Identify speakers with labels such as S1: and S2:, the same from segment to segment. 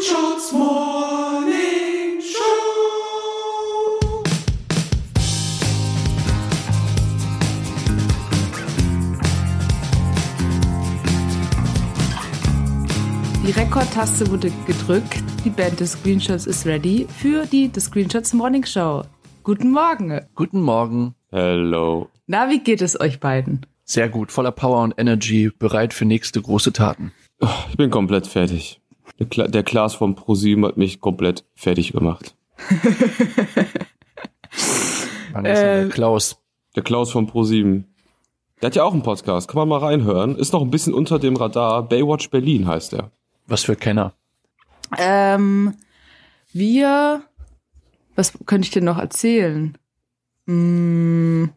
S1: Schotts Morning Show.
S2: Die Rekordtaste wurde gedrückt. Die Band des Screenshots ist ready für die The Screenshots Morning Show. Guten Morgen.
S3: Guten Morgen.
S4: Hello.
S2: Na, wie geht es euch beiden?
S3: Sehr gut, voller Power und Energy, bereit für nächste große Taten.
S4: Ich bin komplett fertig. Der, Kla der Klaas von ProSieben hat mich komplett fertig gemacht.
S3: Wann ist denn der Klaus?
S4: Der Klaus von ProSieben. Der hat ja auch einen Podcast. Kann man mal reinhören. Ist noch ein bisschen unter dem Radar. Baywatch Berlin heißt er.
S3: Was für Kenner.
S2: Ähm, wir. Was könnte ich dir noch erzählen? Hm,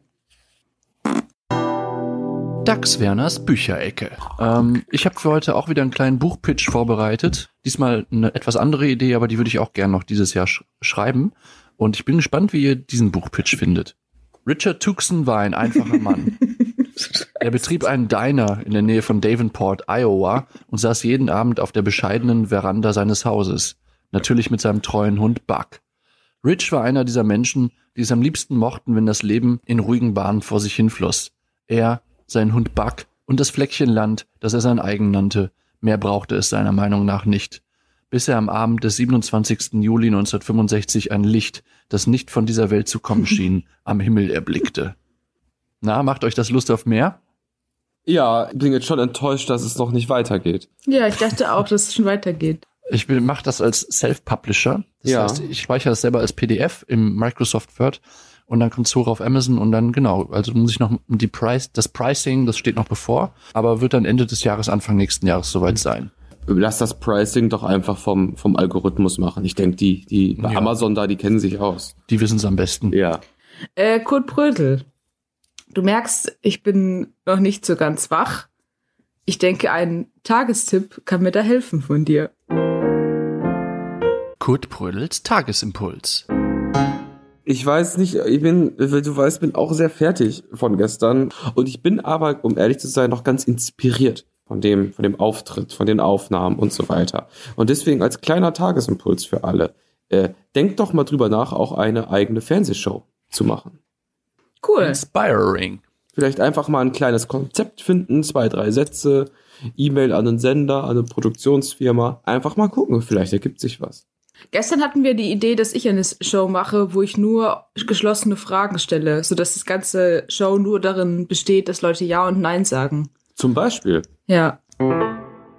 S3: Dax Werners Bücherecke. Ähm, ich habe für heute auch wieder einen kleinen Buchpitch vorbereitet. Diesmal eine etwas andere Idee, aber die würde ich auch gern noch dieses Jahr sch schreiben. Und ich bin gespannt, wie ihr diesen Buchpitch findet. Richard Tuxen war ein einfacher Mann. Er betrieb einen Diner in der Nähe von Davenport, Iowa und saß jeden Abend auf der bescheidenen Veranda seines Hauses. Natürlich mit seinem treuen Hund Buck. Rich war einer dieser Menschen, die es am liebsten mochten, wenn das Leben in ruhigen Bahnen vor sich hinfloss. Er, sein Hund Buck und das Fleckchen Land, das er sein eigen nannte, mehr brauchte es seiner Meinung nach nicht. Bis er am Abend des 27. Juli 1965 ein Licht, das nicht von dieser Welt zu kommen schien, am Himmel erblickte. Na, macht euch das Lust auf mehr?
S4: Ja, ich bin jetzt schon enttäuscht, dass es noch nicht weitergeht.
S2: Ja, ich dachte auch, dass es schon weitergeht.
S3: Ich mache das als Self-Publisher. Das
S4: Ja.
S3: heißt, ich speichere das selber als PDF im Microsoft Word und dann kommt es hoch auf Amazon und dann, genau, also muss ich noch die Price, das Pricing, das steht noch bevor, aber wird dann Ende des Jahres, Anfang nächsten Jahres soweit sein.
S4: Lass das Pricing doch einfach vom, vom Algorithmus machen. Ich denke, die, die bei
S3: Ja.
S4: Amazon da, die kennen sich aus.
S3: Die wissen es am besten.
S4: Ja.
S2: Äh, Kurt Brödel. Du merkst, ich bin noch nicht so ganz wach. Ich denke, ein Tagestipp kann mir da helfen von dir.
S3: Kurt Brödels Tagesimpuls.
S4: Ich weiß nicht, ich bin, wie du weißt, bin auch sehr fertig von gestern. Und ich bin aber, um ehrlich zu sein, noch ganz inspiriert von dem, von dem Auftritt, von den Aufnahmen und so weiter. Und deswegen als kleiner Tagesimpuls für alle, äh, denkt doch mal drüber nach, auch eine eigene Fernsehshow zu machen.
S2: Cool.
S3: Inspiring.
S4: Vielleicht einfach mal ein kleines Konzept finden, zwei, drei Sätze, E-Mail an den Sender, an eine Produktionsfirma. Einfach mal gucken, vielleicht ergibt sich was.
S2: Gestern hatten wir die Idee, dass ich eine Show mache, wo ich nur geschlossene Fragen stelle, sodass das ganze Show nur darin besteht, dass Leute Ja und Nein sagen.
S4: Zum Beispiel.
S2: Ja.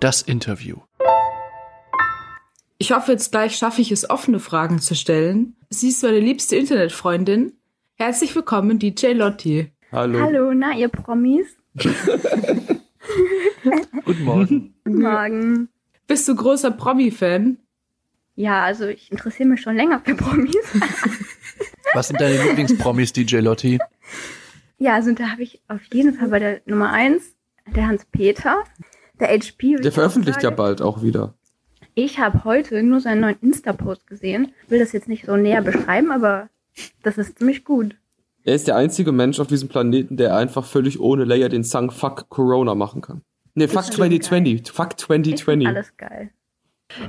S3: Das Interview.
S2: Ich hoffe, jetzt gleich schaffe ich es, offene Fragen zu stellen. Sie ist meine liebste Internetfreundin. Herzlich willkommen, DJ Lotti.
S4: Hallo.
S5: Hallo, na, ihr Promis?
S3: Guten Morgen.
S4: Hm.
S5: Guten Morgen.
S2: Bist du großer Promi-Fan?
S5: Ja, also ich interessiere mich schon länger für Promis.
S3: Was sind deine Lieblingspromis, DJ Lotti?
S5: Ja, also da habe ich auf jeden Fall bei der Nummer eins der Hans-Peter, der HP.
S4: Der veröffentlicht ja
S5: bald.
S4: bald auch wieder.
S5: Ich habe heute nur seinen neuen Insta-Post gesehen. Ich will das jetzt nicht so näher beschreiben, aber das ist ziemlich gut.
S4: Er ist der einzige Mensch auf diesem Planeten, der einfach völlig ohne Layer den Song Fuck Corona machen kann. Nee, Fuck
S5: stimmt
S4: 2020. Fuck
S5: Ich find
S4: 2020.
S5: alles geil.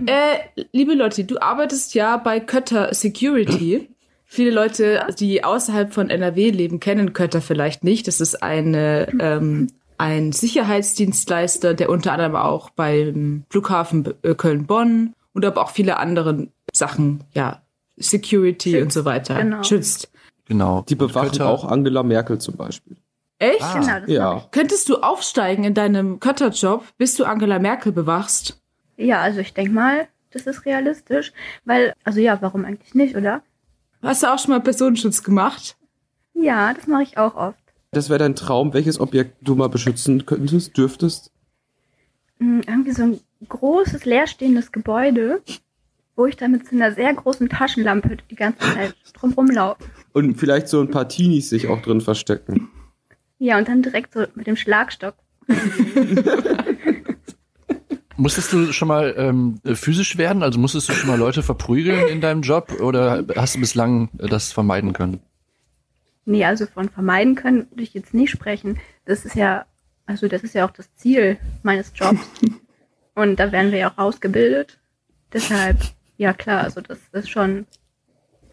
S2: Äh, liebe Lotti, du arbeitest ja bei Kötter Security. Viele Leute, die außerhalb von NRW leben, kennen Kötter vielleicht nicht. Das ist eine, ähm, ein Sicherheitsdienstleister, der unter anderem auch beim Flughafen äh, Köln-Bonn und aber auch viele anderen Sachen, ja, Security
S5: Schützt,
S2: und so weiter
S5: genau.
S2: schützt.
S3: Genau.
S4: Die bewachen
S3: Kötter-
S4: auch Angela Merkel zum Beispiel.
S2: Echt?
S3: Ah.
S5: Genau, das mach
S4: Ja.
S2: Könntest du aufsteigen in deinem Kötterjob, bis du Angela Merkel bewachst?
S5: ich. ja, also ich denke mal, das ist realistisch. Weil, also ja, warum eigentlich nicht, oder?
S2: Hast du auch schon mal Personenschutz gemacht?
S5: Ja, das mache ich auch oft.
S4: Das wäre dein Traum, welches Objekt du mal beschützen könntest, dürftest.
S5: mh, Hm, irgendwie so ein großes leerstehendes Gebäude, wo ich dann mit so einer sehr großen Taschenlampe die ganze Zeit drum rumlaufe.
S4: Und vielleicht so ein paar Teenies sich auch drin verstecken.
S5: Ja, und dann direkt so mit dem Schlagstock.
S3: Musstest du schon mal ähm, physisch werden? Also musstest du schon mal Leute verprügeln in deinem Job oder hast du bislang äh, das vermeiden können?
S5: Nee, also von vermeiden können würde ich jetzt nicht sprechen. Das ist ja, also das ist ja auch das Ziel meines Jobs. Und da werden wir ja auch ausgebildet. Deshalb, ja klar, also das ist schon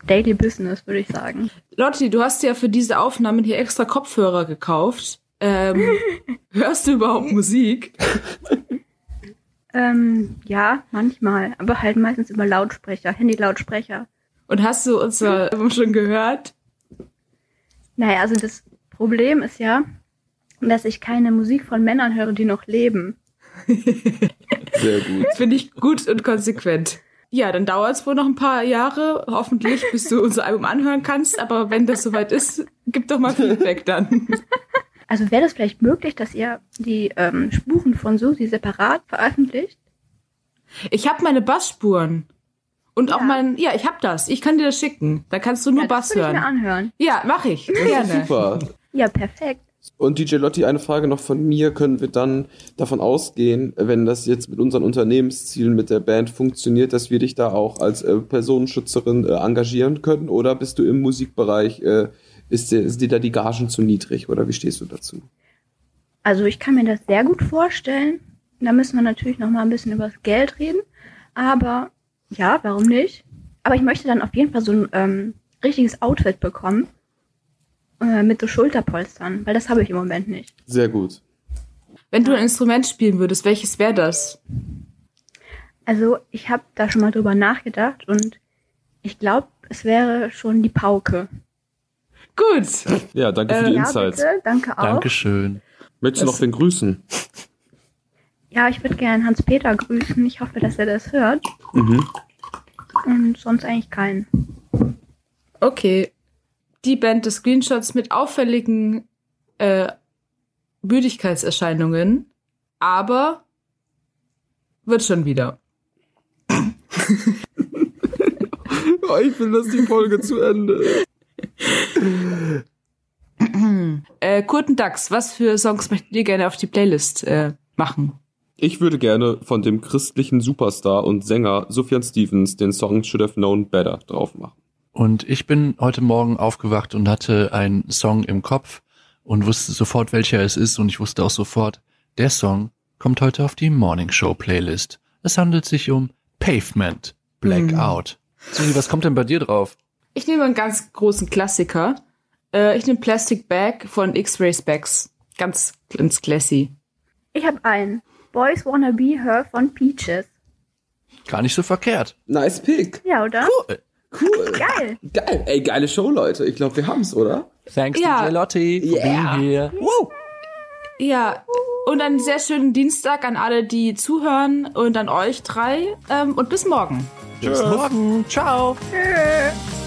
S5: Daily Business, würde ich sagen.
S2: Lotti, du hast ja für diese Aufnahmen hier extra Kopfhörer gekauft. Ähm, hörst du überhaupt Musik?
S5: Ähm, ja, manchmal, aber halt meistens über Lautsprecher, Handy-Lautsprecher.
S2: Und hast du unser Album schon gehört?
S5: Naja, also das Problem ist ja, dass ich keine Musik von Männern höre, die noch leben.
S4: Sehr gut.
S2: Finde ich gut und konsequent. Ja, dann dauert es wohl noch ein paar Jahre, hoffentlich, bis du unser Album anhören kannst. Aber wenn das soweit ist, gib doch mal Feedback dann.
S5: Also wäre das vielleicht möglich, dass ihr die ähm, Spuren von Susi separat veröffentlicht?
S2: Ich habe meine Bassspuren. Und auch
S5: Ja.
S2: mein, ja, ich habe das. Ich kann dir das schicken. Dann kannst du nur
S5: ja,
S2: Bass
S5: das würde ich mir
S2: hören.
S5: anhören.
S2: Ja, mache ich. Gerne.
S4: Super.
S5: Ja, perfekt.
S4: Und DJ Lotti, eine Frage noch von mir. Können wir dann davon ausgehen, wenn das jetzt mit unseren Unternehmenszielen mit der Band funktioniert, dass wir dich da auch als äh, Personenschützerin äh, engagieren können? Oder bist du im Musikbereich, äh, ist dir, sind dir da die Gagen zu niedrig? Oder wie stehst du dazu?
S5: Also ich kann mir das sehr gut vorstellen. Da müssen wir natürlich noch mal ein bisschen über das Geld reden. Aber ja, warum nicht? Aber ich möchte dann auf jeden Fall so ein ähm, richtiges Outfit bekommen. Äh, mit so Schulterpolstern, weil das habe ich im Moment nicht.
S4: Sehr gut.
S2: Wenn du ein Instrument spielen würdest, welches wäre das?
S5: Also ich habe da schon mal drüber nachgedacht und ich glaube, es wäre schon die Pauke.
S2: Gut.
S4: Ja, danke für
S2: Äh,
S4: die
S5: ja,
S4: Insights.
S5: bitte, danke auch.
S3: Dankeschön.
S4: Möchtest du noch wen grüßen?
S5: Ja, ich würde gerne Hans-Peter grüßen. Ich hoffe, dass er das hört.
S4: Mhm.
S5: Und sonst eigentlich keinen.
S2: Okay. Die Band des Screenshots mit auffälligen äh, Müdigkeitserscheinungen, aber wird schon wieder.
S4: Oh, ich will, dass die Folge zu Ende ist.
S2: Äh, Kurten Dax, was für Songs möchtet ihr gerne auf die Playlist äh, machen?
S4: Ich würde gerne von dem christlichen Superstar und Sänger Sufjan Stevens den Song Should Have Known Better drauf machen.
S3: Und ich bin heute Morgen aufgewacht und hatte einen Song im Kopf und wusste sofort, welcher es ist. Und ich wusste auch sofort, der Song kommt heute auf die Morning Show Playlist. Es handelt sich um Pavement Blackout. Susi, Mhm. was kommt denn bei dir drauf?
S2: Ich nehme einen ganz großen Klassiker. Äh, ich nehme Plastic Bag von X-Ray Specs. Ganz, ganz classy.
S5: Ich habe einen. Boys Wanna Be Her von Peaches.
S3: Gar nicht so verkehrt.
S4: Nice Pick.
S5: Ja, oder?
S3: Cool.
S4: Cool.
S5: Geil.
S4: Geil, ey, geile Show, Leute. Ich glaube, wir haben's, oder?
S3: Thanks
S2: Ja.
S3: to DJ Lotti for
S4: Yeah.
S3: being here.
S2: Ja, und einen sehr schönen Dienstag an alle, die zuhören und an euch drei. Ähm, und bis morgen.
S3: Bis morgen. Ciao.
S5: Tschüss.